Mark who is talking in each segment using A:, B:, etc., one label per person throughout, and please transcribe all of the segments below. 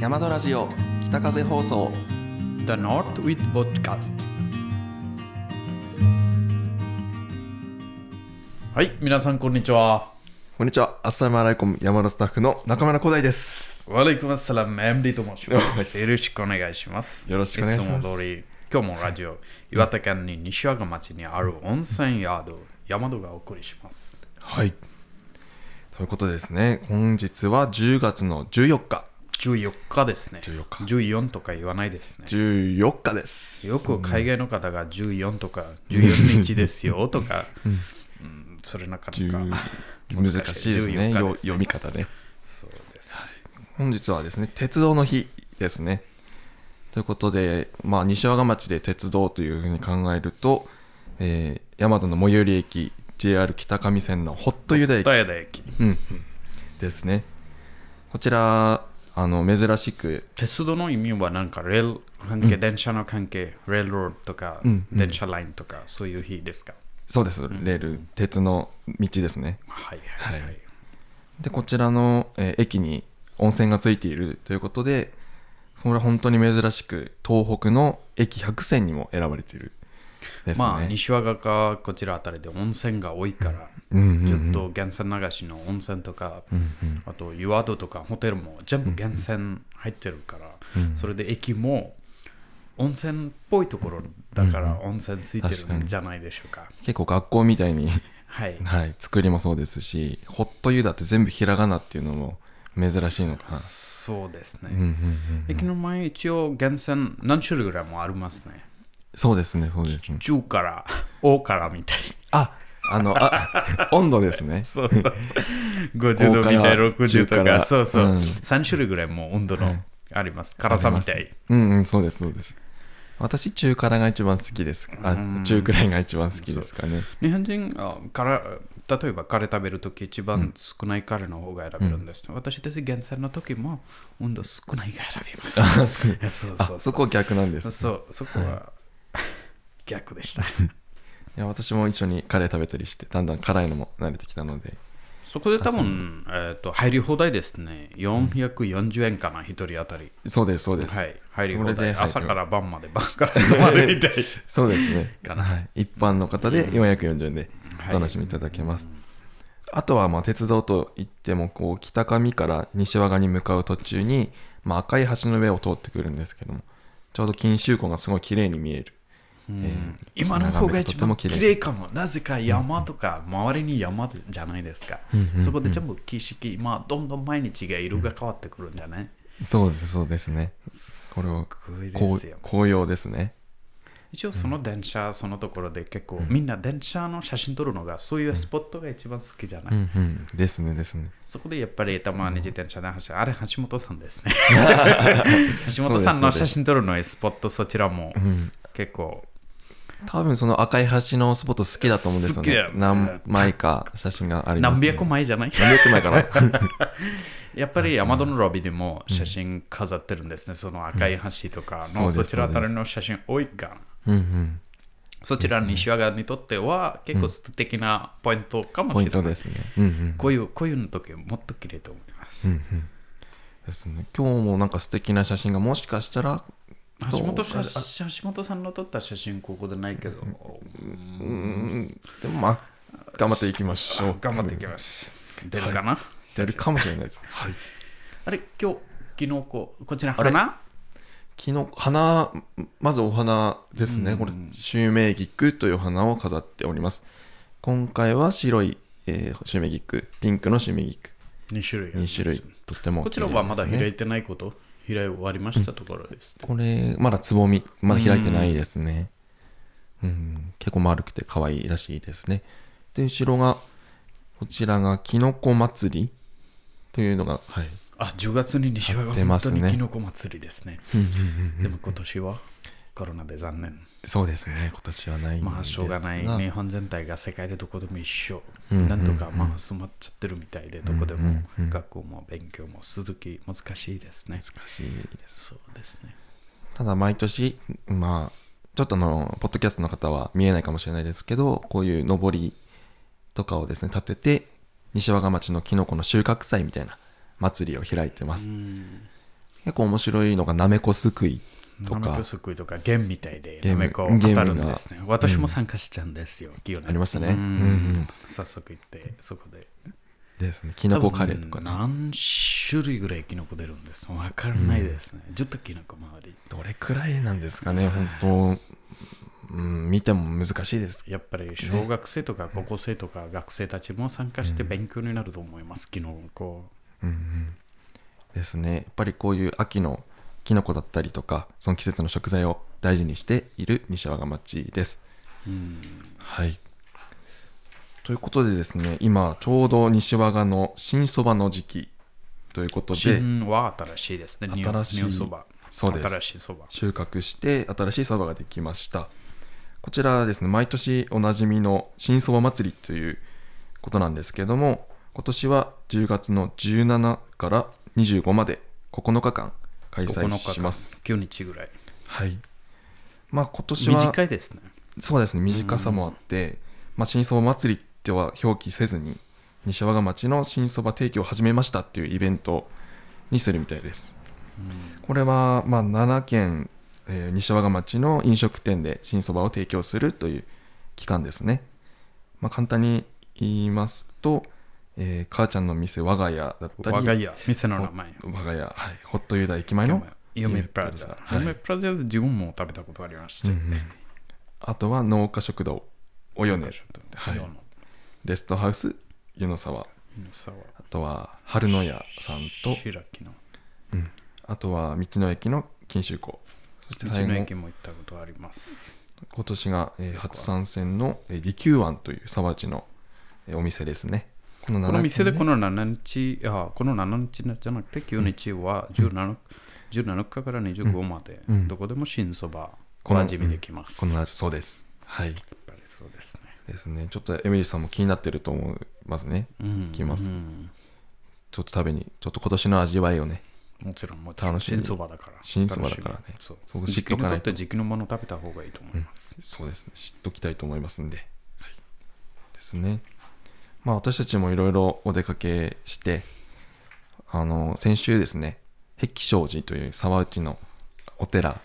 A: 山田ラジオ北風放送
B: The North with Podcast はい皆さんこんにちは
C: こんにちは。アッサムアライコム山のスタッフの中村光大です。
B: ワレイクマサラム MD と申しますよろしくお願いします
C: よろしくお願いします
B: つも通り今日もラジオ岩手県に西和賀町にある温泉宿山戸がお送りします
C: はい。ということでですね、本日は10月の14日。
B: 14日ですね
C: 14日
B: 14とか言わないですね
C: 14日です。
B: よく海外の方が14とか14日ですよとか、うん、それなか
C: 10
B: なか
C: 難しいですね
B: 14日ですね
C: よ読み方ね。
B: そうです
C: 本日はですね、鉄道の日ですね。ということで、まあ、西和賀町で鉄道というふうに考えると、えー、大和の最寄り駅、JR 北上線のホット湯田駅
B: ダイヤダ駅
C: うんうんですね。こちら、あの珍しく
B: 鉄道の意味はなんかレール関係、電車の関係レールロードとか、
C: うんうん
B: 電車ラインとかそういう日ですか、
C: そうです、レール、鉄の道ですね。
B: はいはいはい、
C: で、こちらの、えー駅に温泉がついているということで、それは本当に珍しく、東北の駅100選にも選ばれているですね。
B: まあ西和賀かこちらあたりで温泉が多いから、
C: うんうんうん
B: ちょっと源泉流しの温泉とか、
C: うんうん
B: あと湯宿とかホテルも全部源泉入ってるから、
C: うん
B: それで駅も温泉っぽいところだから温泉ついて
C: 確か
B: るん
C: に
B: じゃないでしょうか,、
C: 結構学校みたいに、
B: はい
C: はい、作りもそうですし、ホット湯だって全部ひらがなっていうのも珍しいのかな。
B: そうですね、
C: うんうんうん
B: 駅の前一応源泉何種類ぐらいもありますね
C: そうですね、そうですね。
B: 中から 王からみたい
C: ああの、あ温度ですね。
B: そうそう50度みたい
C: 王から
B: 60
C: 中か
B: とからそうそう、
C: うん
B: 3種類ぐらいもう温度のあります、辛さみたい
C: うんうん、そうです、そうです。私、中辛が一番好きです。あ、中くらいが一番好きですかね。
B: 日本人あから例えばカレー食べるとき一番少ないカレーの方が選べるんです、私たち源泉の時も温度少ないが選びます そうそうそ
C: あ
B: う、
C: そこ逆なんです。
B: そうそこは 逆でした
C: いや、私も一緒にカレー食べたりして、だんだん辛いのも慣れてきたので。
B: そこで多分、えー、と入り放題ですね440円かな一人当たり
C: そうです、そうです。
B: はい、入り放
C: これ
B: 題
C: で入り
B: 朝から晩まで晩から朝まで みたい
C: そうですね。
B: かな
C: はい、一般の方で440円で
B: はい
C: お楽しみいただけます。あとはまあ鉄道といってもこう北上から西和賀に向かう途中に、まあ、赤い橋の上を通ってくるんですけどもちょうど錦秋湖がすごい綺麗に見える、えー
B: 今の方が一番綺
C: 眺めとても
B: 麗かもなぜか山とか周りに山じゃないですか、そこで全部景色まあどんどん毎日が色が変わってくるんじゃない、
C: そうですそうですねこれを
B: ごいで
C: 紅
B: すよ
C: 紅葉ですね
B: 一応その電車、そのところで結構、みんな電車の写真撮るのがそういうスポットが一番好きじゃない、
C: うんうんですねですね
B: そこでやっぱりたまに自転車で走るあれ橋本さんですね橋本さんの写真撮るのスポットそちらも結構
C: 多分その赤い橋のスポット好きだと思うんですよ
B: 好きだよ
C: ね
B: ね
C: 何枚か写真があります
B: 何
C: ね、
B: 百枚じゃない
C: 何百枚かな
B: やっぱり山戸のロビーでも写真飾ってるんですね、その赤い橋とかの、
C: うんそう
B: そ
C: です
B: ちらあたりの写真多いかな。
C: うんうん
B: そちら西和賀にとっては結構素敵なポイントかもし
C: ポ
B: れ
C: イ
B: な
C: ント
B: い。
C: ですねうんうん
B: こういう、こういうの時もっと綺麗と思います。
C: ですね今日もなんか素敵な写真がもしかしたら
B: 橋本
C: どうか
B: さん橋本さんの撮った写真ここでないけど、
C: うんでもまあ頑張っていきましょう
B: 頑張っていきます。出るかな、
C: やるかもしれないですはい
B: あれ、今日、昨日こう、こちら花
C: 昨日花まずお花ですね、これ襲名菊という花を飾っております今回は白い、えー、襲名菊ピンクの襲名菊
B: ?2 種類ありま
C: 2
B: す
C: 種類とっても
B: こ
C: 綺
B: ち
C: 麗
B: ら
C: ですね、
B: はまだ開いてないこと、開い終わりましたところです。
C: これまだつぼみまだ開いてないですねうん、結構丸くて可愛いらしいですねで後ろがこちらがきのこ祭りというのがはい
B: あ、10月に西和が
C: やってま
B: 本
C: す
B: 当
C: ね
B: にキノコ祭りですね。でも今年はコロナで残念。
C: そうですね今年はないんですが
B: まあしょうがない。日本全体が世界でどこでも一緒。なんとかまあ染まっちゃってるみたいで、どこでも学校も勉強も続き難しいですね。
C: 難しいです
B: そうですね。
C: ただ毎年まあちょっとあのポッドキャストの方は見えないかもしれないですけどこういうのぼりとかをですね立てて西和賀町のきのこの収穫祭みたいな祭りを開いてます、結構面白いのがなめこすくいと
B: ナメ
C: か
B: コすくいとか弦みたいで
C: 弦
B: ナメコを
C: 弦
B: 語
C: みたいな
B: るんですね。私も参加しちゃうんですよ、ギオネ
C: ありましたね
B: う
C: うんうん
B: ん早速行って、そこで。
C: ですねきなこカレーとか
B: 多分
C: ね
B: 何種類ぐらいキノコ出るんですかわからないですね。ちょっとキノコ周り。
C: どれくらいなんですかね本当、うん、見ても難しいです
B: やっぱり小学生とか高校生とか学生たちも参加して勉強になると思います、キノコ。
C: うんうんですねやっぱりこういう秋のキノコだったりとかその季節の食材を大事にしている西和賀町です
B: うん
C: はいということでですね今ちょうど西和賀の新そばの時期ということで
B: 新は新しいですね、ニュ
C: 新しい
B: ニューそば。
C: そうです
B: 新しいそば。
C: 収穫して新しいそばができましたこちらはですね毎年おなじみの新そば祭りということなんですけども今年は10月の17から25まで9日間開催します
B: 9日ぐらい。
C: はいまあ今年は
B: 短いですね。
C: そうですね短さもあって、まあ、新そば祭りっては表記せずに西和賀町の新そば提供を始めましたっていうイベントにするみたいですこれはまあ7県、えー西和賀町の飲食店で新そばを提供するという期間ですね、まあ、簡単に言いますと、えー母ちゃんの店我が家だったり
B: 我が家、店の名前。
C: ほ我が家、はい、ホットユダ駅前の
B: 夢プラザ。
C: はい
B: 夢プラザで自分も食べたことがありまし
C: う
B: た。
C: んうんあとは農家食堂およねはい
B: 世の
C: レストハウス湯の沢
B: 世の沢
C: あとは春の屋さんと、
B: 白木の。
C: うんあとは道の駅の錦秋港そして
B: 道
C: 最
B: の
C: 後
B: 駅も行ったことあります。
C: 今年が、えー初参戦の、えー、利休庵という沢地の、えーお店ですねこの
B: この店でこ
C: の
B: の7日、あこの7日じゃなくて9日は 17, 17日から25まで、
C: うん
B: どこでも新そば、
C: こ
B: お
C: の
B: なじみできます。
C: こ
B: やっ
C: の味そうですはい
B: ぱりそうですね。
C: ですねちょっとエミリーさんも気になってると思いますね
B: うん
C: きます
B: うん
C: ちょっと食べにちょっと今年の味わいをね
B: もちろん、もちろん
C: 楽しみ
B: 新そばだから。
C: 新そばだからね
B: 楽しみそう。
C: そこ知
B: 時
C: っ
B: 期
C: と
B: に
C: かな
B: と
C: い
B: っ
C: と
B: て時期のもの食べた方がいいと思います。
C: そうですね知っときたいと思いますんで、ですねまあ私たちもいろいろお出かけしてあの先週ですね碧祥寺という沢内のお寺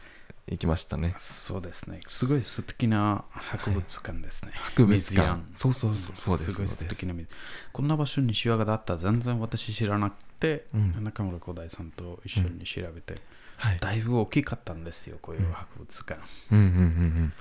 C: 行きましたね
B: そうですね。すごい素敵な博物館ですね。
C: 博物
B: 水や
C: 館
B: ん
C: そうそうそうそうです
B: すごい素
C: そうです
B: 敵な水こんな場所にシワがだったら全然私知らなくて、
C: うん
B: 中村光大さんと一緒に調べて、
C: はい
B: だいぶ大きかったんですよこういう博物館、
C: うんうんうん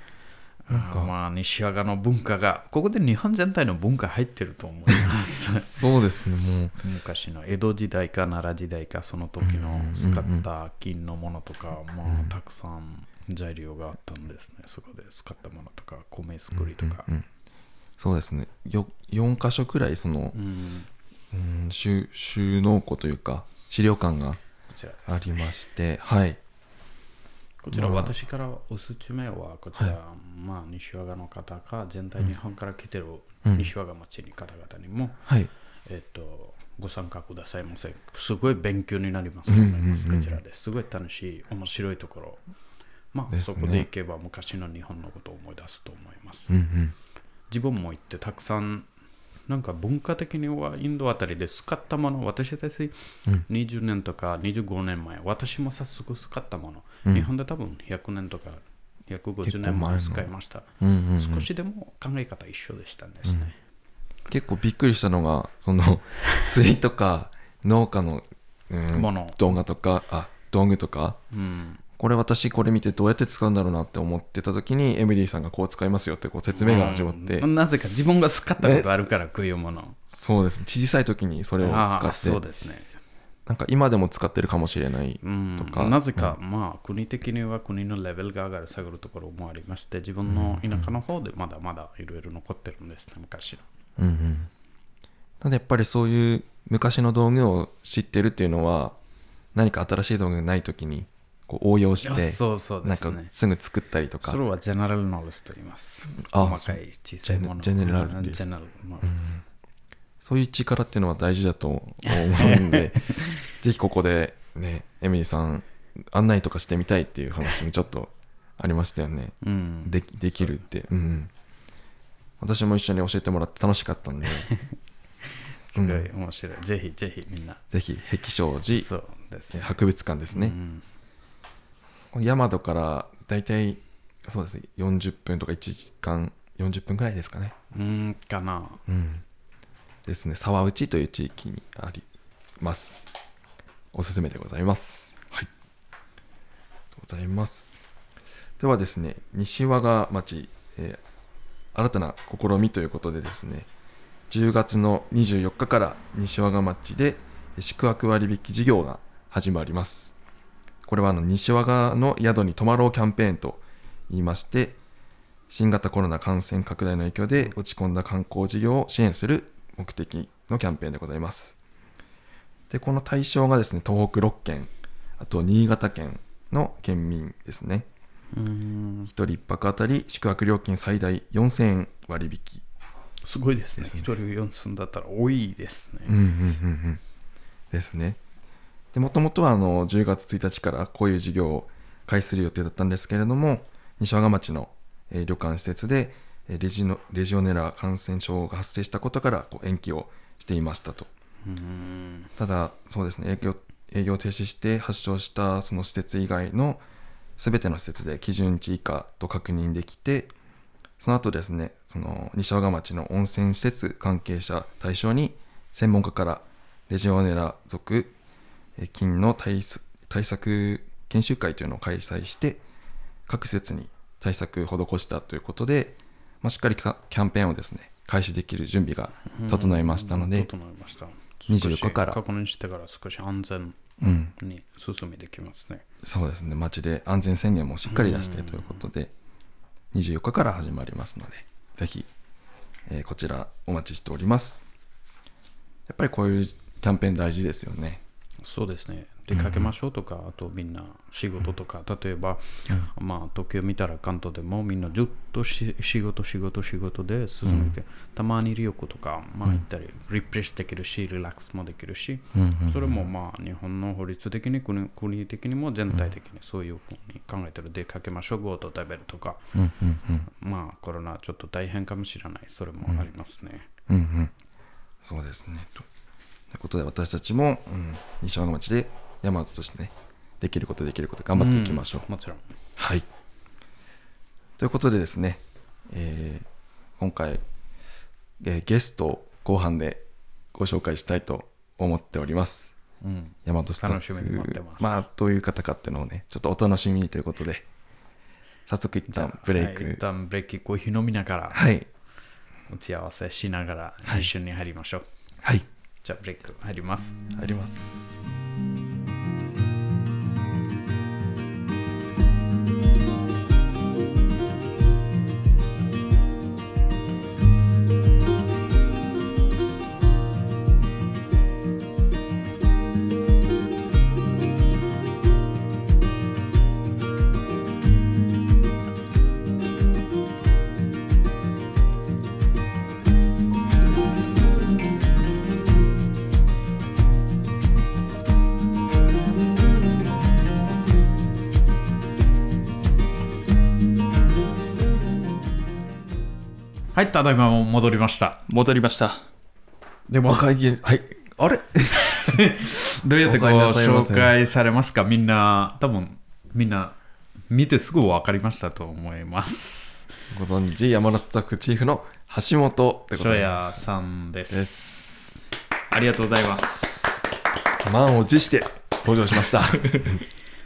B: あーまあ西和賀の文化がここで日本全体の文化入ってると思い ま
C: うん
B: す
C: そうですねもう
B: 昔の江戸時代か奈良時代かその時の使った金のものとか、まあたくさん材料があったんですねそこで使ったものとか米作りとか、
C: うんそうですねよ4か所くらいその、
B: うん
C: うん、収収納庫というか資料館が
B: こちらです
C: ありましてはい
B: こちら、
C: まあ
B: 私からおすすめは、こちら、まあ、西和賀の方か、全体日本から来てる
C: うん
B: 西和賀町に方々にも、
C: はい
B: えっと、ご参加くださいませ。すごい勉強になりますと思います、
C: うんうんうん
B: こちらです。すごい楽しい、面白いところ。まあ、
C: ですね
B: そこで行けば昔の日本のことを思い出すと思います。
C: うんうん
B: 自分も行ってたくさんなんか文化的にはインドあたりで使ったもの私たち20年とか25年前、私も早速使ったもの、
C: うん
B: 日本で多分100年とか150年前
C: 結構前の
B: 使いました、
C: うんうんうん
B: 少しでも考え方一緒でしたんですね、
C: 結構びっくりしたのがそ の釣りとか農家の、うん
B: もの
C: 動画とかあ道具とか
B: うん
C: これ私これ見てどうやって使うんだろうなって思ってた時にエミリーさんがこう使いますよってこう説明が始まって、
B: うんなぜか自分が使ったことあるからこういうもの、
C: そうですね小さい時にそれを
B: ああ
C: 使
B: そ
C: っ
B: う
C: て
B: ですね
C: なんか今でも使ってるかもしれない
B: うん
C: とか
B: なぜか、まあ国的には国のレベルが上がる下がるところもありまして自分の田舎の方でまだまだいろいろ残ってるんですね昔の
C: うんうんなんでやっぱりそういう昔の道具を知ってるっていうのは何か新しい道具がない時にこう応用して
B: いやそうそうで
C: なん
B: す
C: か
B: ね
C: すぐ作ったりとか
B: それはジェネラルノレスと言います。
C: あ
B: 細かい小さいもの。
C: ジェネジェネラルです
B: ジェネラルノレス。
C: そういう力っていうのは大事だと思うん で、ぜひここでね、エミリーさん、案内とかしてみたいっていう話もちょっとありましたよね。
B: うん。
C: ででき るって、うんうん。私も一緒に教えてもらって楽しかったんで、
B: すごい面白い。ぜひぜひみんな。
C: ぜひ碧祥寺
B: そうです
C: えー博物館ですね、
B: うん
C: この大和から大体そうですね40分とか1時間40分ぐらいですかね、
B: うーんかな。
C: うん、ですね沢内という地域にありますおすすめでございますはいありがとうございますではですね西和賀町、えー新たな試みということでですね10月の24日から西和賀町で宿泊割引事業が始まりますこれはあの西和賀の宿に泊まろうキャンペーンと言いまして新型コロナ感染拡大の影響で落ち込んだ観光事業を支援する目的のキャンペーンでございますでこの対象がですね東北6県あと新潟県の県民ですね
B: うーん
C: 1人1泊当たり宿泊料金最大4000円割引
B: すごいですね
C: で。す
B: 一
C: ね
B: 人4寸だったら多いです
C: うんうん
B: ね。
C: うんうんですね。でもともとはあの10月1日からこういう事業を開始する予定だったんですけれども西和賀町の、えー旅館施設で、えーレジのレジオネラ感染症が発生したことからこう延期をしていましたと
B: うーん
C: ただそうですね営業営業停止して発症したその施設以外の全ての施設で基準値以下と確認できてその後ですねその西和賀町の温泉施設関係者対象に専門家からレジオネラ属え菌の対す対策研修会というのを開催して各施設に対策を施したということで、まあ、しっかりかキャンペーンをですね開始できる準備が整いましたので、
B: 整いました。
C: 24日から
B: 少し確認してから少し安全
C: うん、
B: に進めてきますね。
C: そうですね、町で安全宣言もしっかり出してということで、24日から始まりますので、ぜひ、えーこちらお待ちしております。やっぱりこういうキャンペーン大事ですよね。
B: そうですね出かけましょうとか、あとみんな仕事とか例えば、まあ東京見たら関東でもみんなずっとし仕事仕事仕事で進めて、たまに旅行とか、まあ、行ったり、リフレッシュできるしリラックスもできるし、それもまあ日本の法律的に国国的にも全体的にそういうふうに考えてる出かけましょうごと食べるとか、
C: うんうんうん
B: まあコロナちょっと大変かもしれないそれもありますね、
C: うんうん、そうですね。とということで、私たちも、うん、西和賀町で大和としてね、できることできること頑張っていきましょう。
B: もちろん
C: はい。ということでですね、えー今回、えーゲストを後半でご紹介したいと思っております。
B: うん
C: 大和スタッ
B: 楽しみに待って
C: フ
B: ま、す
C: まあ、どういう方かっていうのをね、ちょっとお楽しみにということで、早速一旦ブレイ
B: はい
C: ク
B: 一。旦ブレイクコーヒー飲みながら
C: はい。
B: 打ち合わせしながら一緒に入りましょう、
C: はい。
B: じゃあブレイク入ります
C: あります。
B: はいただいま戻りました
D: 戻りました
B: でも
C: 若い芸はい。あれ
B: どうやってこう
C: お帰りなさいませ
B: 紹介されますかみんな多分みんな見てすぐ分かりましたと思います
C: ご存知、山田スタッフチーフの橋本でご
B: 翔
C: ざいま
B: 也さんです
C: です
D: ありがとうございます
C: す。満を持して登場しました。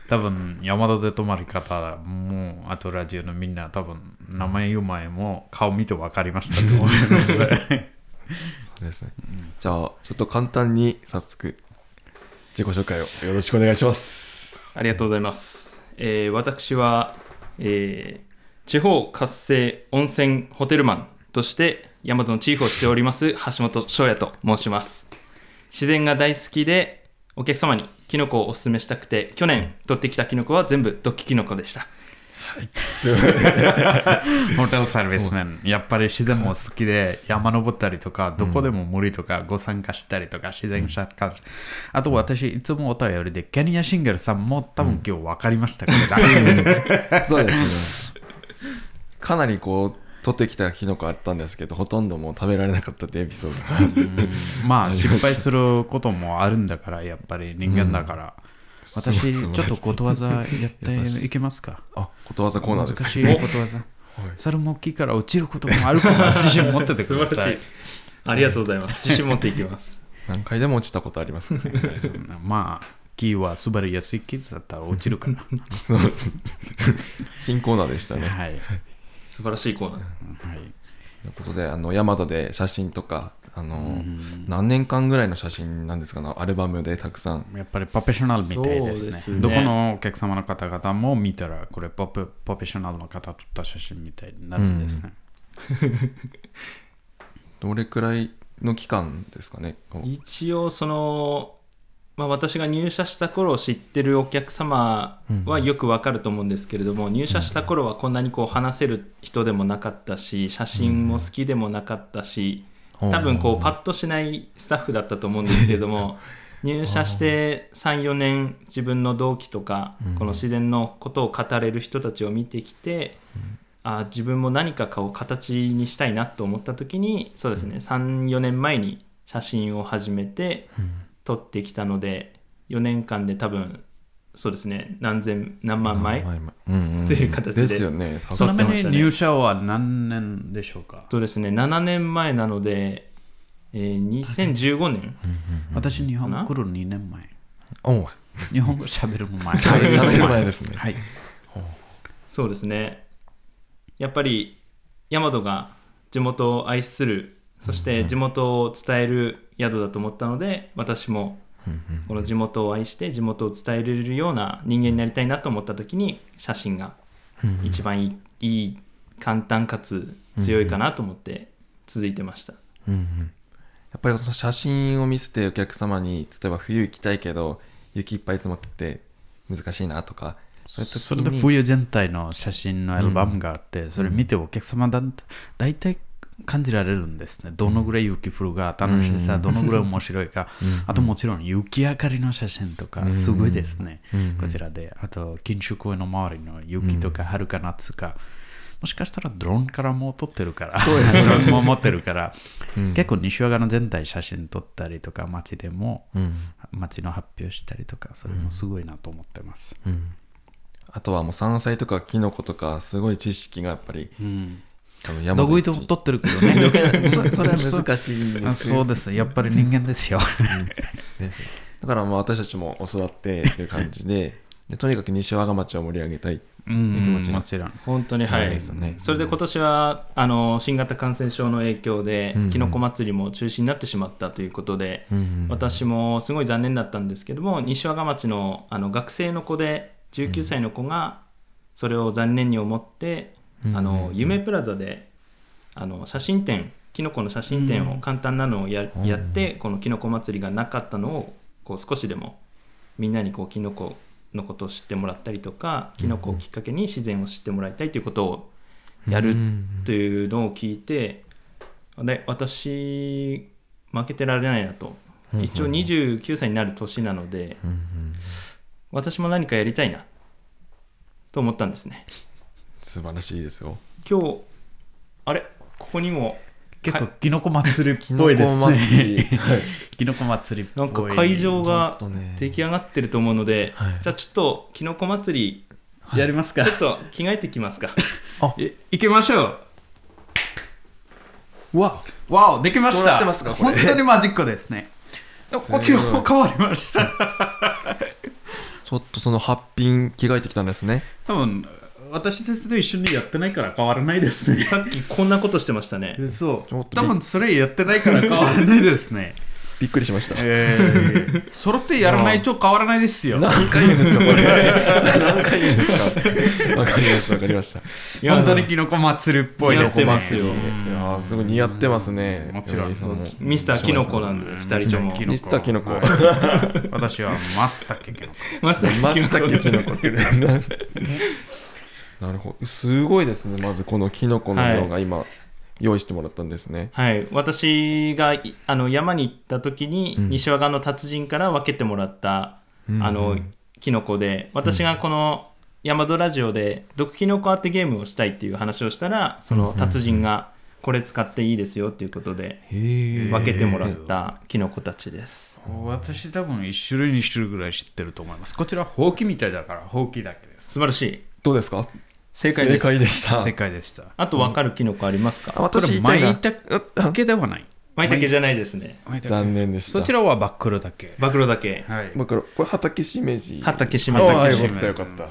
B: 多分山田で泊まり方もあとラジオのみんな多分名前言う前も顔見て分かりましたと思います
C: ですね。じゃあ、ちょっと簡単に早速、自己紹介をよろしくお願いします。
D: ありがとうございます、えー私は、えー地方活性温泉ホテルマンとして大和のチーフをしております橋本翔也と申します自然が大好きでお客様にキノコをおすすめしたくて去年取ってきたキノコは全部ドッキキノコでした
B: ホテルサービスマン、やっぱり自然も好きで、山登ったりとか、どこでも森とか、ご参加したりとか、自然社会。あと私、いつもお便りで、ケニアシンガルさんも多 分今日分かりましたから、
C: そうですね。かなりこう、取ってきたキノコあったんですけどほとんどもう食べられなかったってエピソードが
B: ま
C: あ
B: あ
C: ります
B: 失敗することもあるんだからやっぱり人間だから、
C: そう
B: 私
C: 素晴らしい
B: ちょっとことわざやっていけますか
C: あことわざコーナ
B: 難
C: ーです
B: しいことわざ猿も木から落ちることもあるから自信持ってて
D: 素
B: く
D: 晴
B: だ
D: ら
B: さ
D: しい
B: い。
D: ありがとうございます。自信持っていきます。
C: 何回でも落ちたことありますからね
B: まあ木は滑りやすい木 だったら落ちるから
C: そうです新コーナーでしたね、
B: はい、はい、
D: 素晴らしいコーナー。
C: ということであのヤマトで写真とかあの、何年間ぐらいの写真なんですかねアルバムでたくさん
B: やっぱりプロフェッショナルみたいです
D: そう
B: ね
D: ですね
B: どこのお客様の方々も見たらこれプロプロフェッショナルの方撮った写真みたいになるんですね、
C: どれくらいの期間ですかねこう
D: 一応その、まあ、私が入社した頃を知ってるお客様はよくわかると思うんですけれども、入社した頃はこんなにこう話せる人でもなかったし写真も好きでもなかったし、多分こうパッとしないスタッフだったと思うんですけれど も入社して34年自分の同期とかこの自然のことを語れる人たちを見てきて、あ自分も何かかを形にしたいなと思った時にそうですね34年前に写真を始めて撮ってきたので4年間で多分そうですね何千何万枚
C: 前々うんうん
D: という形で
C: ですよね多
D: そ
B: ち
D: う
C: 分
B: なみに入社は何年でしょうか、
D: とですね7年前なので、え ー2015年
B: 私日本
D: かな
B: 来る2年前
C: おう
B: 日本語喋る前
C: 喋る前ですね
B: はい
D: そうですねやっぱりヤマトが地元を愛するそして地元を伝える宿だと思ったので私もこの地元を愛して地元を伝えれるような人間になりたいなと思った時に写真が一番いい,、いい簡単かつ強いかなと思って続いてました、
C: うんうんやっぱりその写真を見せてお客様に例えば冬行きたいけど雪いっぱい積もってて難しいなとかそういう時に
B: それで冬全体の写真のアルバムがあって、それ見てお客様だ大体感じられるんですね。どのぐらい雪降るか、楽しさ、どのぐらい面白いか、あともちろん雪明かりの写真とか、すごいですね、こちらで。あと、錦州公園の周りの雪とか、春か夏か、もしかしたらドローンからもう撮ってるから、そうですドロー ンも持ってるから、結構西和賀の全体写真撮ったりとか、街でも、街の発表したりとか、それもすごいなと思ってます。
C: あとはもう山菜とかキノコとかすごい知識がやっぱり
B: うん
C: 多分山
B: どこい
C: 一
B: と取ってるけどね。
C: そそれは難しい
B: あ
C: です
B: そう
C: よ
B: です。やっぱり人間ですよ。
C: ですだからまあ私たちも教わってという感じででとにかく西和賀町を盛り上げたい、
B: うん、もちろん。
D: 本当にはい、
C: そうですね
D: それで今年はあの新型感染症の影響で、
C: うんうん
D: きのこ祭りも中止になってしまったということで、
C: また
D: 私もすごい残念だったんですけども西和賀町のあの学生の子で19歳の子がそれを残念に思って、あの夢プラザであの写真展キノコの写真展を簡単なのをや,、やってこのキノコ祭りがなかったのをこう少しでもみんなにこうキノコのことを知ってもらったりとかキノコをきっかけに自然を知ってもらいたいということをやるというのを聞いてで私負けてられないなと一応29歳になる年なので私も何かやりたいなと思ったんですね
C: 素晴らしいですよ
D: 今日あれここにも
B: 結構
D: か、
B: キノコ祭りっぽいで
C: キノ
B: すね。
C: コ祭りはい
B: キノコ祭りっぽ。
D: ないんか会場が
C: ちょっとね
D: 出来上がってると思うので、
C: はい
D: じゃあちょっときのこ祭り
B: やりますか
D: ちょっと着替えてきますか
B: い行きましょう。
C: うわ
B: わお、できまし
C: どうな
B: た。
C: ってますかこ
B: 本
C: れ
B: 当にマジックですね。こっちが変わりました。
C: ちょっとそのハッピン着替えてきたんですね
B: 多分、私たちと一緒にやってないから変わらないです ね。
D: さっきこんなことしてましたね
B: そう
C: ちょっとび
B: 多分それやってないから変わらないですね。
C: びっくりしました
B: えー、それってやらないと変わらないですよ。
C: 何回言うんですかそれそれ何回言うんですかわかりましたわかりましたい
D: いや
B: 本当にキノコ祭りっぽいですね。
D: 似合ってますよ
C: やーすごい似合ってますね
B: もちろん
C: ヨネさも
D: ミスターキノコなんで2人とも
C: ミスターキノコ
B: はい私はマスタケキノコ。
D: マスタ
C: マ
D: ー
C: ツタケ
D: キ
C: キ
D: ノ
C: ノ
D: コ
C: コってねなるほどすごいですねまずこのキノコの量が今用意してもらったんですね、
D: はい、私がいあの山に行った時に西和賀の達人から分けてもらった、あのキノコで私がこのヤマドラジオで毒キノコあってゲームをしたいっていう話をしたらその達人がこれ使っていいですよっていうことで分けてもらったキノコたちです、
B: 私多分1種類2種類ぐらい知ってると思いますこちらほうきみたいだからほうきだけです
D: 素晴らしい
C: どうですか
D: 正解です
C: し
B: 正解でした
D: あと分かるキノコありますか、
C: あ私言いたい
B: ま。
C: ない
B: た けではない
D: マイタケじゃないですね
B: 舞茸
C: 残念でした。
B: そちらはバックルだけ
D: 暴露だけ
B: はい
C: まあこれ、これ畑しめじ。
D: 畑しま
C: あ
D: し
C: あ
D: た
C: よか
D: けど
C: ったよかった。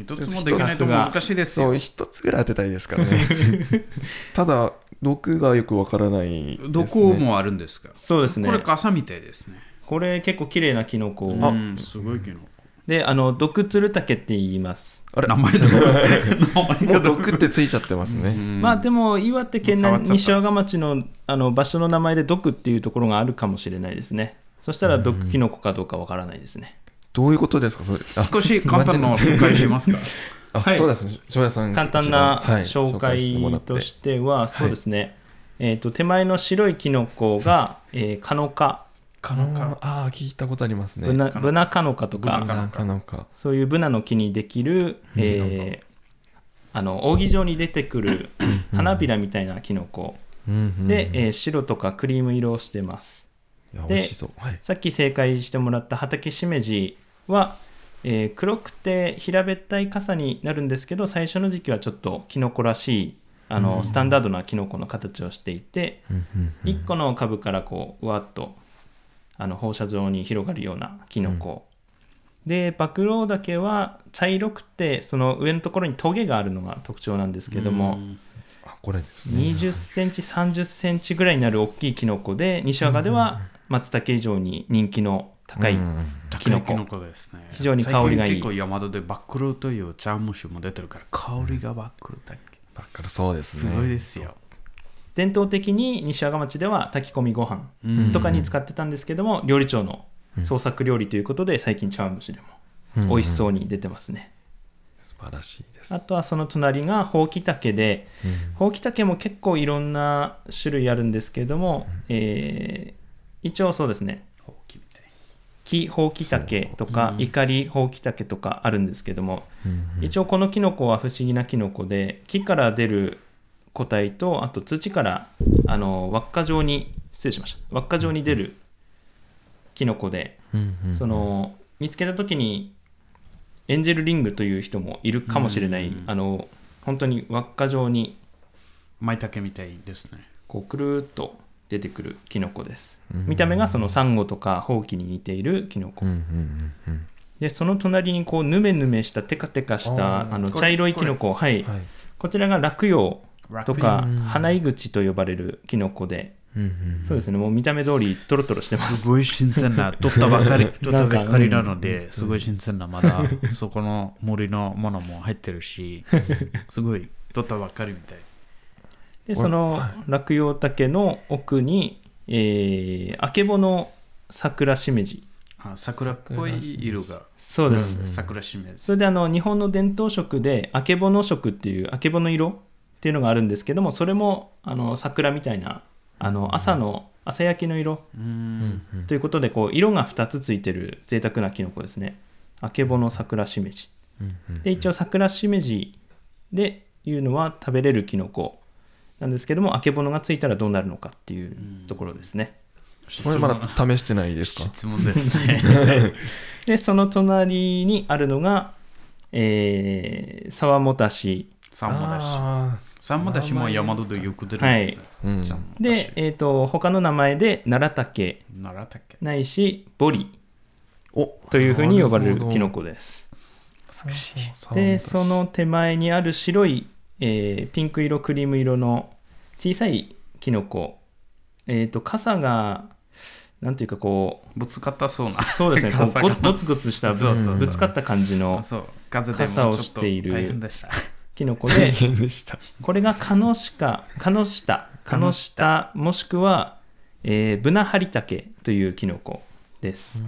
B: 一つもできないと難しいです
C: そ
B: よ
C: う、一つぐらい当てたいですからね。 ただ、毒がよくわからないです、ね。
B: どこもあるんですか
D: そうですね
B: これ傘みたいですね
D: これ結構綺麗なキノコ
B: うんすごいけど
D: であの毒ツルタケって言います、
B: あ れ名前とか名前
C: も
B: が
C: う
B: ど
C: 毒ってついちゃってますね。
D: まあでも岩手県
B: 触
D: 内
B: っちゃった
D: 西和賀町のあの場所の名前で毒っていうところがあるかもしれないですねそしたら毒キノコかどうかわからないですね、
C: どういうことですかそれあ
B: 少し簡単な紹介しますか
C: あ、
D: はい
C: そうですね。翔也さん、
D: 簡単な
C: こちらはい
D: 紹
C: してもらって
D: 介としては、そうですね、えー、と手前の白いキノコが、えー、カノカ、
C: カノカああ、聞いたことありますね。
D: ブナブナカノカと
B: ブナ
D: か
B: カ
C: なんかなんか。
D: そういうブナの木にできる、えーあの扇状に出てくる花びらみたいなキノコ
C: うんうん
D: で、えー白とかクリーム色をしてます
C: いや
D: で
C: 美味しそう。はい。
D: さっき正解してもらった畑しめじは、えー黒くて平べったい傘になるんですけど最初の時期はちょっとキノコらしいあの、スタンダードなキノコの形をしていて、1個の株からこううわっとあの放射状に広がるようなキノコ、でバクロウダケは茶色くてその上のところにトゲがあるのが特徴なんですけども、
C: あ、これですね。
D: 2 0ンチ3 0ンチぐらいになる大きいキノコで西和賀では松茸以上に人気の高い、
C: うん
D: キノコ
B: 高いキノコですね
D: 非常に香りがい
B: 最
D: い
B: 近結構山田でバックルという茶蒸しも出てるから香りがバックルだけ
C: ばっかりそうです
B: す
C: ね。
B: ごいですよ
D: 伝統的に西和賀町では炊き込みご飯とかに使ってたんですけども、料理長の創作料理ということで最近茶碗蒸しで
C: うんう
D: も
C: ん
D: 美味しそうに出てますね、
C: 素晴らしいです。
D: あとはその隣がほうきたけで、ほうきたけも結構いろんな種類あるんですけども、えー一応そうですね
B: ほうきみたい
D: 木ほうきたけとか怒りほうきたけとかあるんですけども、
C: うん
D: 一応このキノコは不思議なキノコで木から出る個体とあと土からあの輪っか状に失礼しました輪っか状に出るキノコで、
C: うんうん
D: その見つけた時にエンジェルリングという人もいるかもしれない、あの本当に輪っか状に
B: 舞茸みたいですね
D: こうくるーっと出てくるキノコです、見た目がそのサンゴとかホウキに似ているキノコ、
C: うんうんうん
D: でその隣にこうヌメヌメしたテカテカしたあの
B: これ
D: 茶色いキノコはい、
C: うん。はい。
D: こちらが落葉とか
C: 落葉
D: 花井口と呼ばれるキノコで、
C: うんうん
D: そうですねもう見た目通りトロトロしてます
B: すごい新鮮な、取ったばか り、取ったばかり
D: な
B: なん
D: か
B: ので、すごい新鮮な、ま だそこの森のものも入ってるし、すごい取ったばかりみたい。
D: でその落葉竹の奥に、えー、あけぼの桜しめじ
B: あ桜っぽい色が、
D: そうです、
B: 桜しめです。
D: それであの日本の伝統色であけぼの色っていうあけぼの色っていうのがあるんですけどもそれもあの桜みたいなあの朝の朝焼けの色
B: うん
D: ということでこう色が2つついてる贅沢なキノコですねあけぼの桜しめじで一応桜しめじでいうのは食べれるキノコなんですけどもあけぼのがついたらどうなるのかっていうところですね
C: これまだ試してないですか
B: 質問ですね。
D: でその隣にあるのがえー、沢もたし
B: サンマだし。
C: あ
B: サンマだしも山戸でよく出るんですね。
C: ーうん
B: サンマだし
D: で、、えー、と他の名前で奈良竹
B: 奈良竹。
D: ないしボリ
C: お
D: というふうに呼ばれ
C: な
D: る
C: ほど
D: キノコです
C: 美しい
D: でその手前にある白い、えーピンク色クリーム色の小さいキノコえっ、と傘がなんていうかこう
B: ぶつかったそうな。
D: そ うですねこう
B: 傘が
D: ゴゴツゴツしたぶ
B: そうそうそう
D: ぶつかった感じの
B: そう、風で
D: 傘
B: も
D: を
B: ちょ
D: し
B: っと
D: て
B: 大
D: いる
B: 変で した。
D: キノコで
C: 変でした
D: これがカノシカカノシタカノシタもしくは、えーブナハリタケというキノコです。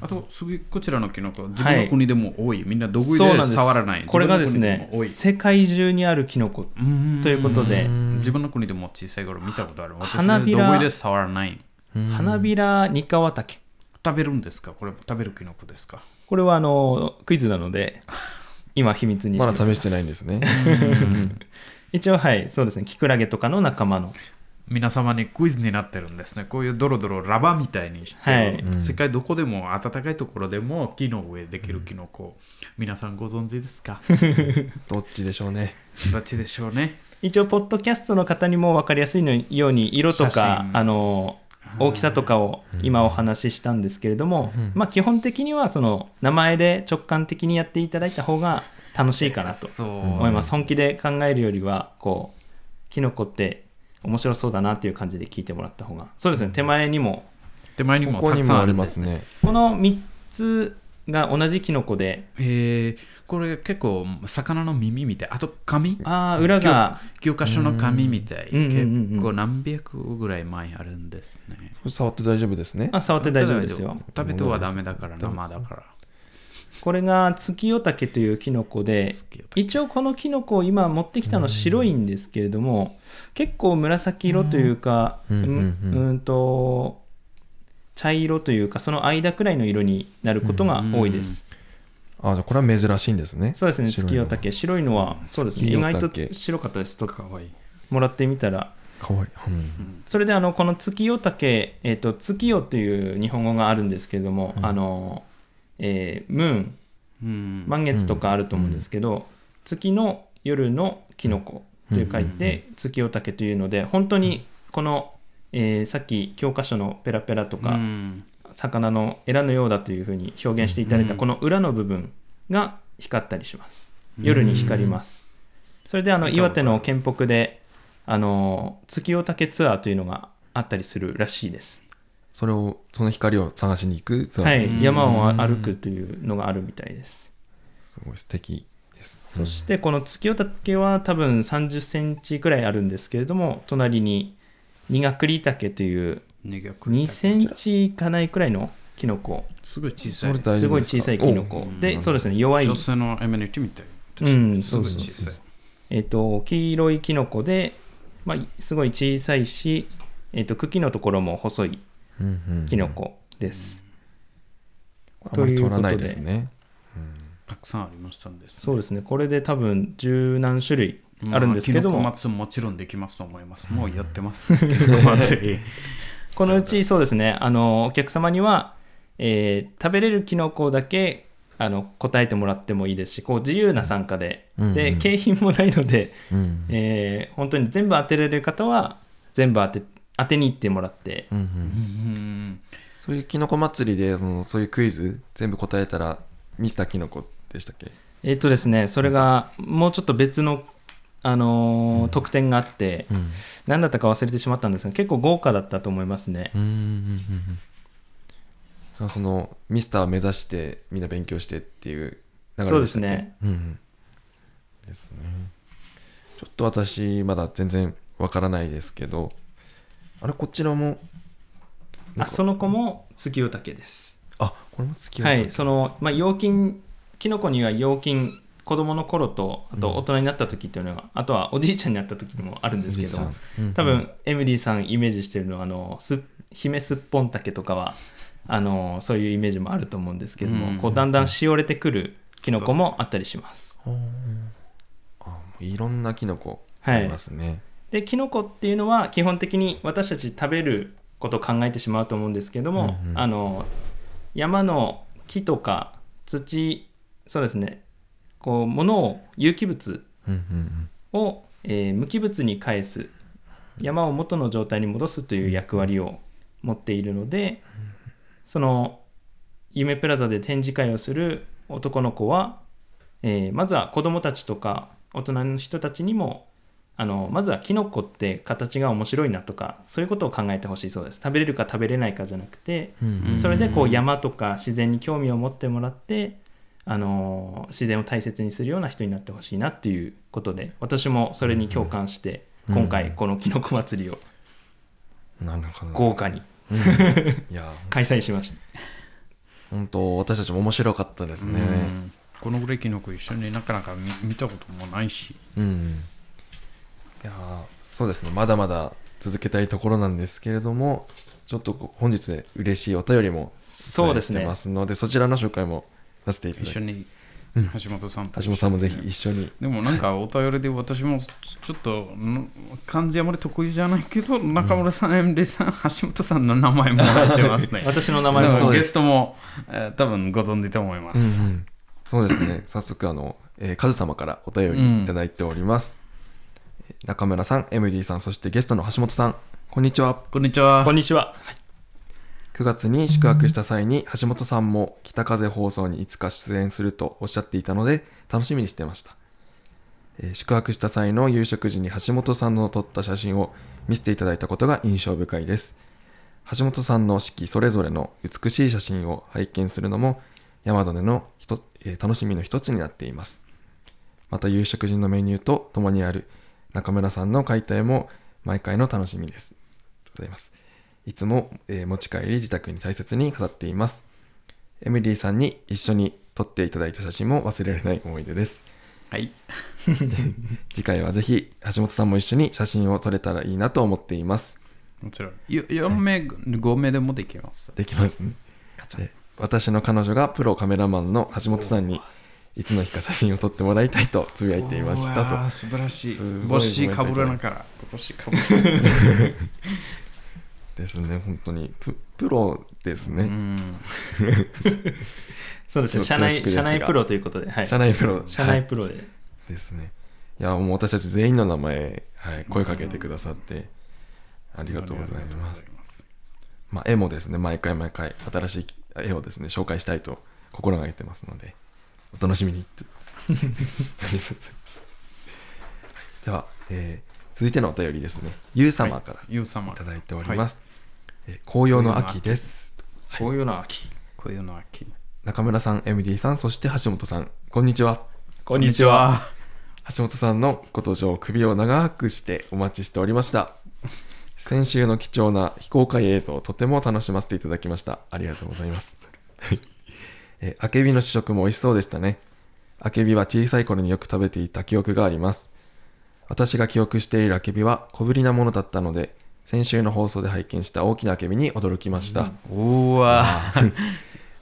B: あと、すごいこちらのキノコ、自分の国でも多い。みんな道具で
D: そうなんです
B: 触らない。
D: これがです
B: 自分の国
D: ね
B: でも多い
D: 世界中にあるキノコ
B: うん
D: ということで
B: 自分の国でも小さい頃見たことある。私
D: 花びら
B: どこで触らない。
D: 花びらニカワタケ
B: 食べるんですかこれ食べるキノコですか
D: これはあのクイズなので今秘密に
C: ま
D: し
C: だ
D: てる
C: 試してないんですね。
D: 一応はいそうですねキクラゲとかの仲間の
B: 皆様にクイズになってるんですね。こういうドロドロラバみたいにして、
D: はい
C: うん
B: 世界どこでも暖かいところでも木の上できるキノコ、皆さんご存知です か
C: どっちでしょうね。
B: どっちでしょうね。
D: 一応ポッドキャストの方にも分かりやすいのように色と
B: 写
D: か
B: 真
D: あの大きさとかを今お話ししたんですけれども、
C: うん
D: まあ、基本的にはその名前で直感的にやっていただいた方が楽しいかなと
B: そう
D: 思います本気で考えるよりはこうキノコって面白そうだなっていう感じで聞いてもらった方がそうですね手前にも
B: 手前にも
C: ここ
B: た
C: に
B: くさん
C: も
B: あ
C: あ
B: る
C: り
B: んで
C: ますすね。
D: この3つが同じキノコで
B: えーこれ結構魚の耳みたいあと紙
D: あー裏が
B: 教科書の紙みたい
D: うんうんうんうん
B: 結構何百ぐらい前あるんですね
C: これ触って大丈夫ですね。
D: あ触って大丈夫ですよ
B: 食べてはダメだから生だから
D: これがツキヨタケというキノコで
B: 好きよ
D: 一応このキノコを今持ってきたの白いんですけれども、結構紫色というか、う、
C: うんんうんうん
D: うんと茶色というかその間くらいの色になることが多いです、
C: あ、じゃあこれは珍しいんですね。
D: そうですね
C: 白い
D: ツ
C: の
D: キヨタケ白いのはそうですね
C: ツキ
D: 意
C: ヨタ
D: 外
C: ケ
D: と白かったですと
B: かわいい
D: もらってみたら
C: かわいい。
D: それであのこの月夜竹、えっと月夜という日本語があるんですけれども、
C: うん
D: あのえームーン
B: うん
D: 満月とかあると思うんですけど、月の夜のキノコという書いて、月夜竹というので本当にこの、えーさっき教科書のペラペラとか、
B: うん
D: 魚のエラのようだというふうに表現していただいた
B: うん
D: この裏の部分が光ったりします夜に光りますそれであの岩手の県北であの月夜竹ツアーというのがあったりするらしいです
C: それを、その光を探しに行くツアー。
D: は
B: うん
D: い山を歩くというのがあるみたいです
C: すごい素敵です。
D: そしてこの月夜竹は多分3 0センチくらいあるんですけれども隣にニガクリタケという
B: 苦くて
D: 2センチいかないくらいのキノコ
B: すごい小
C: そ
B: さい
C: れ大
D: す
C: 丈
D: ご
C: 夫
D: い
C: です
D: 小
C: か
D: さいキノコでそうですね弱い
B: 女性のエミニティみたい
D: うん
B: す
D: そう
B: ごい
D: そう
B: 小さい
D: えっと黄色いキノコで、まあ、すごい小さいし、えっと茎のところも細いキノ。コです。
C: うんうんうんあまり取らないですね。
B: たくさんありましたんです
D: そうですねこれで多分十何種類
B: ま
D: あるんですけども、
B: キノコ祭りもちろんできますと思いますもうやってます キノコ祭 り
D: このうちそうですねあのお客様には、えー食べれるキノコだけあの答えてもらってもいいですしこう自由な参加で、
C: うんう
D: で
C: ん
D: 景品もないので、
C: うん
D: えー本当に全部当てられる方は全部当て当てに行ってもらって、
C: うんうん
B: うん
C: そういうキノコ祭りでそのそういうクイズ全部答えたらミスターキノコでしたっけ
D: えっとですね、それがもうちょっと別の、あのー特典があって、
C: ん
D: 何だったか忘れてしまったんですが、結構豪華だったと思いますね。
C: うんうんうんそのミスターを目指してみんな勉強してっていう流れしたっけ
D: そうですね。
C: うんうんですねちょっと私まだ全然わからないですけどあれこちらも
D: あその子も月夜竹です。
C: あこれも月
D: は
C: 夜
D: い、その、まあ、陽菌、キノコには陽菌、子供の頃と、あと大人になった時っていうのが、あとはおじいちゃんになった時でもあるんですけど
C: おじいちゃんうんうん
D: 多分、エムディさんイメージしてるのは、あの、す姫すっぽん竹とかは、あのそういうイメージもあると思うんですけども、
B: うん
D: こうだんだんしおれてくるキノコもあったりします。
C: あもういろんなキノコ
D: は
C: あ
D: い
C: りますね、
D: でキノコっていうのは基本的に私たち食べることを考えてしまうと思うんですけども、
C: うんうん
D: あの山の木とか土そうですねこう物を有機物
C: うんうん
D: を、えー無機物に返す山を元の状態に戻すという役割を持っているのでその夢プラザで展示会をする男の子は、えーまずは子どもたちとか大人の人たちにもあのまずはキノコって形が面白いなとかそういうことを考えてほしいそうです食べれるか食べれないかじゃなくて
C: うんうん
D: それでこ
B: う
D: うん山とか自然に興味を持ってもらって、あのー自然を大切にするような人になってほしいなっていうことで私もそれに共感して、
C: うん
D: 今回このきのこ祭りを
C: なるほど
D: 豪華に
C: いや
D: 開催しました、
C: 本当私たちも面白かったですね
B: うんこのぐらいキノコ一緒になかなか見見たこともないし
C: うん、いやーそうですねまだまだ続けたいところなんですけれどもちょっとこう本日ね嬉しいお便りも
D: そうです
C: いただい
D: ね。
C: てますのでそちらの紹介もさせていただ
B: 一
C: き
B: 緒
C: ます
B: に橋本さんと
C: 橋本さんもぜひ一緒に
B: でもなんかお便りで私もちちょっとん漢字あまり得意じゃないけど中村さん、エムデさん、橋本さんの名前もらってま すね
D: 私の名前も
B: でも
C: そう
B: ゲ
C: です
B: ストも、えー多分ご存知と思います。
C: そうです ね早速あの、えーカズ様からお便りいただいております、中村さん MD さんそしてゲストの橋本さんこんにちは
B: こんにちは。
D: こんにちは
C: 9月に宿泊した際に橋本さんも北風放送にいつか出演するとおっしゃっていたので楽しみにしてました、えー宿泊した際の夕食時に橋本さんの撮った写真を見せていただいたことが印象深いです橋本さんの四季それぞれの美しい写真を拝見するのも山戸でのひとえー楽しみの一つになっていますまた夕食時のメニューと共にある中村さんの解体も毎回の楽しみですありがとうございますいつも、えー持ち帰り自宅に大切に飾っています。エミリーさんに一緒に撮っていただいた写真も忘れられない思い出です。
B: はい。
C: 次回はぜひ橋本さんも一緒に写真を撮れたらいいなと思っています。
B: もちろん。よ4名、5名でもできます。
C: できますね。で私の彼女がプロカメラマンの橋本さんにいつの日か写真を撮ってもらいたいとつぶやいていました
B: うわー
C: と。
B: 素晴らしい。
C: すごい
B: 帽子かぶらなから。帽子かぶらな
C: ですね、本当にププロですね。
B: うん。
D: そうです
C: ちょ
D: ね社
C: っと恐
D: 内
C: 縮です
D: 社
C: が
D: 内プロということで、はい、
C: 社内プロ。
D: 社
C: はい
D: 内プロで、
C: ですね。いや、もう私たち全員の名前、はい、声かけてくださって、 ありがとうございます。まあ、絵もですね、毎回毎回、新しい絵をですね、紹介したいと心がけてますので、お楽しみに って。ありがとうございます。では、えー続いてのお便りですね、ゆう様からい
B: ゆうさま。
C: ただいております。えー紅葉の秋です。
D: こういうの秋
B: こういうの秋。
C: 中村さん、MD さん、そして橋本さん、こんにちは。
D: こんにちは
C: 橋本さんのご登場首を長くしてお待ちしておりました先週の貴重な非公開映像とても楽しませていただきましたありがとうございます はいえあけびの試食も美味しそうでしたねあけびは小さい頃によく食べていた記憶があります私が記憶しているあけびは小ぶりなものだったので先週の放送で拝見した大きなあけびに驚きました、
B: おーわー。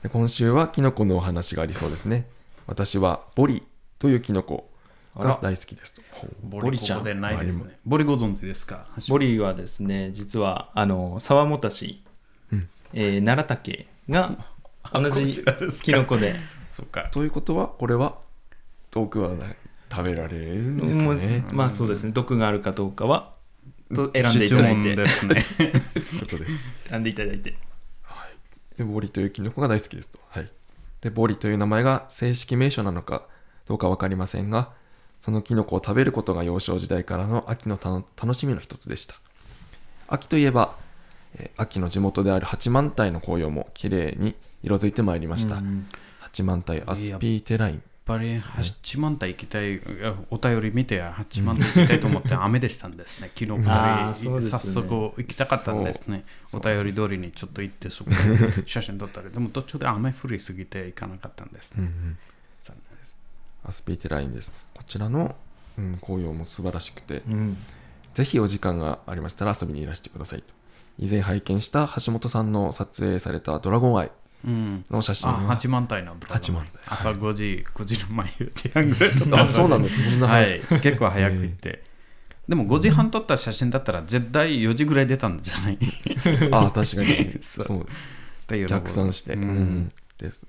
C: で今週はキノコのお話がありそうですね私はボリというキノコが大好きですと
B: ボリちゃん。
D: ボリ
B: でないですね。ボリご存知ですか
D: ボリはですね実はあの沢本市、
C: うん
D: えー奈良竹が同じキノコで
B: そうか。
C: ということはこれは遠くはない食べられるんです
D: もう
C: ね。と
D: まあそうですね毒があるかどうかはと選んでいただ
B: 質
D: い
B: 問で
D: て
B: すね。
C: いうことで
D: 選んでいただいて
C: でボリというキノコが大好きですと。はい、でボリという名前が正式名称なのかどうか分かりませんがそのキノコを食べることが幼少時代からの秋のたの楽しみの一つでした。秋といえば、えー秋の地元である八幡平の紅葉も綺麗に色づいてまいりました。八幡平アスピーテライン。
B: やっぱり八幡平行きたい、あお便り見て八幡平行きたいと思って雨でしたんですね、昨日
D: あ
B: か
D: ーそう
B: ら
D: ですね
B: 早速行きたかったんですね、
C: そ
B: お
C: うそう
B: 便り通りにちょっと行って、そこで写真撮ったり、でも途中で雨降りすぎて行かなかったんです
C: うんう
B: ね。
C: ん
B: 残念です
C: アスピーテラインです。こちらの、うん、紅葉も素晴らしくて、
D: うん
C: ぜひお時間がありましたら遊びにいらしてくださいと。以前拝見した橋本さんの撮影されたドラゴンアイ
B: うん
C: の写真
B: あ
C: は
B: 八幡平のドラゴン
C: 八幡平
B: 朝5時、5時の前、4時半ぐらい撮ったの
C: あ そうなんですそんな
B: は
C: 早
B: い、結構早く行って。でも5時半撮った写真だったら絶対4時ぐらい出たんじゃない
C: あ確かに
B: そう
C: そう
B: というのを
C: 逆算して、う
B: う
C: ん
B: ん
C: です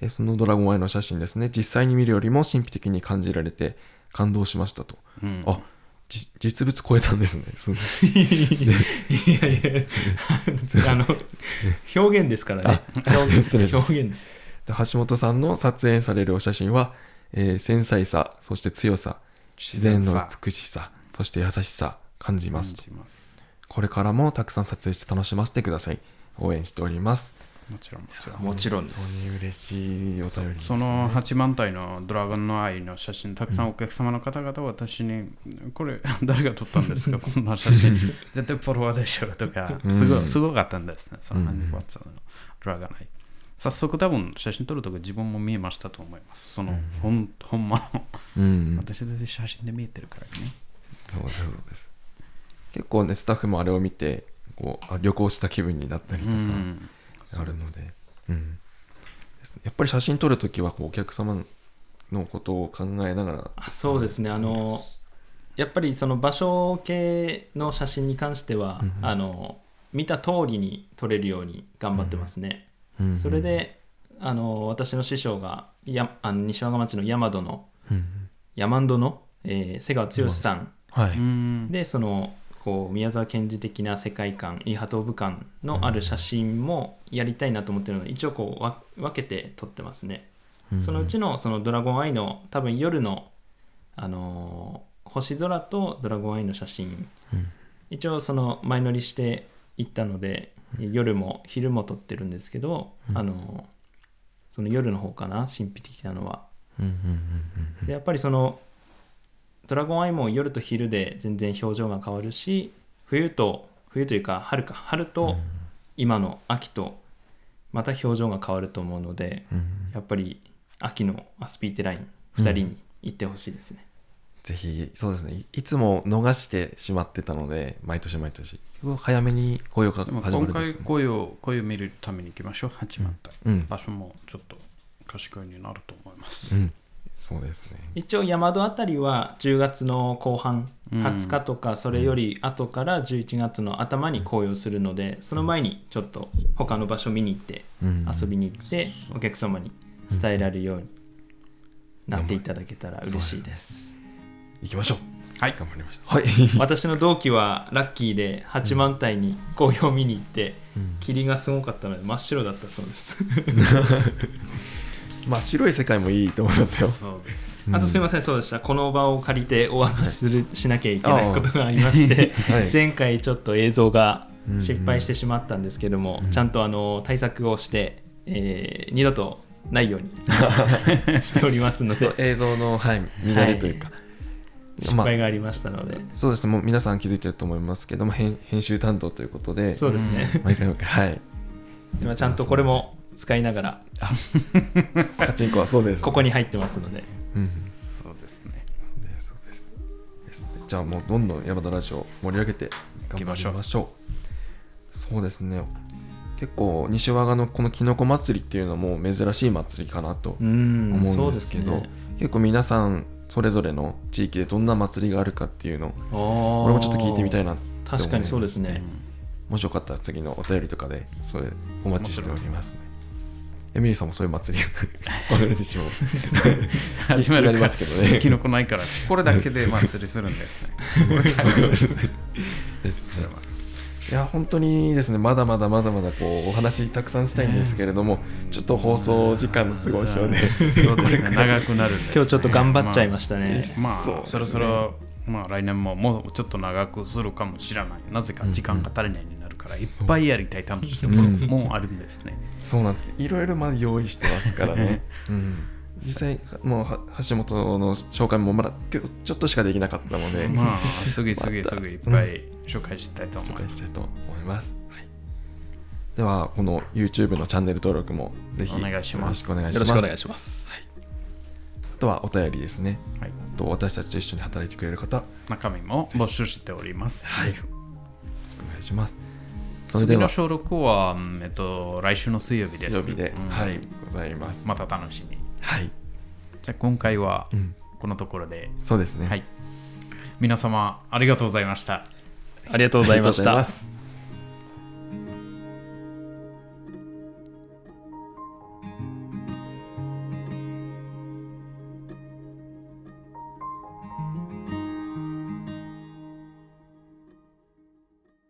C: えそのドラゴンアイの写真ですね実際に見るよりも神秘的に感じられて感動しましたと、
B: うん
C: あじ実物超えたんですね そうです
D: いやいやあの表現ですからね表
C: 失礼し
D: 現
C: ま
D: 表現
C: で橋本さんの撮影されるお写真は、えー繊細さそして強さ自然の美しさそして優しさ感じますと
B: します
C: これからもたくさん撮影して楽しませてください応援しております
B: もちろんもちろん
D: もちろんで
C: 本当
D: す
C: に嬉しいお便りです
B: その八幡平のドラゴンの愛の写真、たくさんお客様の方々は私に、これ、 誰が撮ったん ですか、こんな写真、絶対フォロワーでしょとか、すごすごかったんですね、その
C: うん
B: 何ワッツのドラゴン愛。早速、多分写真撮るとき自分も見えましたと思います。その、ほんほんまの、
C: うん
B: 私だって写真で見えてるからね。
C: そうですそうです結構ねスタッフもあれを見てこうあ旅行した気分になったりと
B: う
C: か
B: ん
C: あるので,、うんやっぱり写真撮るときはこうお客様のことを考えながら
D: あそうですねあのやっぱりその場所系の写真に関しては、
C: うんうん
D: あの見た通りに撮れるように頑張ってますね、
C: うんうん
D: それであの私の師匠がやあの西和賀町の山戸の山ンドの、えー瀬川剛さん
C: は
B: う、ん
D: でそのこう宮沢賢治的な世界観イーハトーブ感のある写真もやりたいなと思ってるので一応こうわ分けて撮ってますねそのうちのそのドラゴンアイの多分夜の、あのー星空とドラゴンアイの写真、
C: うん
D: 一応その前乗りして行ったので、夜も昼も撮ってるんですけど、あのーその夜の方かな神秘的なのは
C: うんうんうん
D: でやっぱりそのドラゴンアイも夜と昼で全然表情が変わるし冬と冬というか春か春と今の秋とまた表情が変わると思うので、
C: うんうん
D: やっぱり秋のアスピーテライン2人に行ってほしいですね、
C: ぜひそうですねいいつも逃してしまってたので毎年毎年早めに声をか
B: でも
C: 始ま
B: 今
C: るんで
B: 回
C: すね
B: 声を声を見るために行きましょう始まった、
C: うん
B: 場所もちょっと賢いになると思います、
C: うんそうですね
D: 一応山戸あたりは10月の後半
B: うん
D: 20日とかそれより後から11月の頭に紅葉するのでその前にちょっと他の場所見に行って
C: うん
D: 遊びに行ってお客様に伝えられるようになっていただけたら嬉しいです
C: 行きましょう
B: はい
C: 頑張りましょうはい
D: 私の同期はラッキーで八幡平に紅葉を見に行って 霧がすごかったので真っ白だったそうです
C: 真っ白い世界もいいと思いますよ
B: そうですね
D: あとすいません、そうでした。この場を借りてお話しする、しなきゃいけない
C: ああ
D: ことがありまして、
C: はい
D: 前回ちょっと映像が
C: うんうん
D: 失敗してしまったんですけども、ちゃんとあの対策をして、えー二度とないようにしておりますの
C: ちょっと
D: で、
C: 映像の、はい、乱れというか、
D: 失敗がありましたので、
C: そうですねもう皆さん気づいてると思いますけども編編集担当ということで
D: そうですね。
C: 毎回毎回はい
D: 今ちゃんとこれも使いながら、
C: カチンコはそうです、
D: ここに入ってますので、
C: うん
B: そうですね
C: ねそうですですねじゃあもうどんどんヤマトラジオ盛り上げて
B: いき
C: 頑張
B: ましょう
C: りましょうそうですね結構西和賀のこのきのこ祭りっていうのも珍しい祭りかなと
D: うん
C: 思うんですけど、結構皆さんそれぞれの地域でどんな祭りがあるかっていうのを
D: 俺
C: 俺もちょっと聞いてみたいなって思います
D: 確かにそうですね。
C: もしよかったら次のお便りとかでそれお待ちしておりますねエミリーさんもそういう祭り あるでしょう
B: 始ま
C: 気になり
B: るか
C: ますけどね
B: キノコないからこれだけで祭りするんです ね
C: です
B: それはい
C: や本当にですねまだまだまだまだこうお話たくさんしたいんですけれども、ちょっと放送時間の都合上で、
B: そうですね長くなるんですね
D: 今日ちょっと頑張っちゃいました
C: まあいい
D: ね
C: っ。す
B: まあ
C: そう
B: そ,、
C: ですね
B: ろそろまあ来年ももうちょっと長くするかもしれないなぜか時間が足りないになるから、いっぱいやりたい楽しいところ もあるんですね、
C: そうなんですいろいろまだ用意してますからね、うん実際もうは橋本の紹介もまだ今日ちょっとしかできなかったので、
B: まあすぐすぐすぐいっぱい紹介したいと思
C: 紹
B: い
C: 介
B: ます、
C: したいと思います、はいではこの YouTube のチャンネル登録もぜひ
B: お願いし
C: よ
B: ま
C: ろ
B: す
C: しくお願いしま
D: よろ
C: す
D: しくお願いします。
C: あとはお便りですね
B: はい、
C: あと私たちと一緒に働いてくれる方よ
B: 中身も募集しておりますはい
C: ろしくお願いしますそれで
B: 次の
C: は
B: 収録は、うんえっと、来週の水曜日です
C: 曜日で、
B: うん
C: はいございます
B: また楽しみ
C: はい、
B: じゃあ今回は
C: うん、
B: このところで、
C: そうですね
B: はい皆様ありがとうございました
D: ありがとうございまし
C: ありがとうございま
D: た
C: す。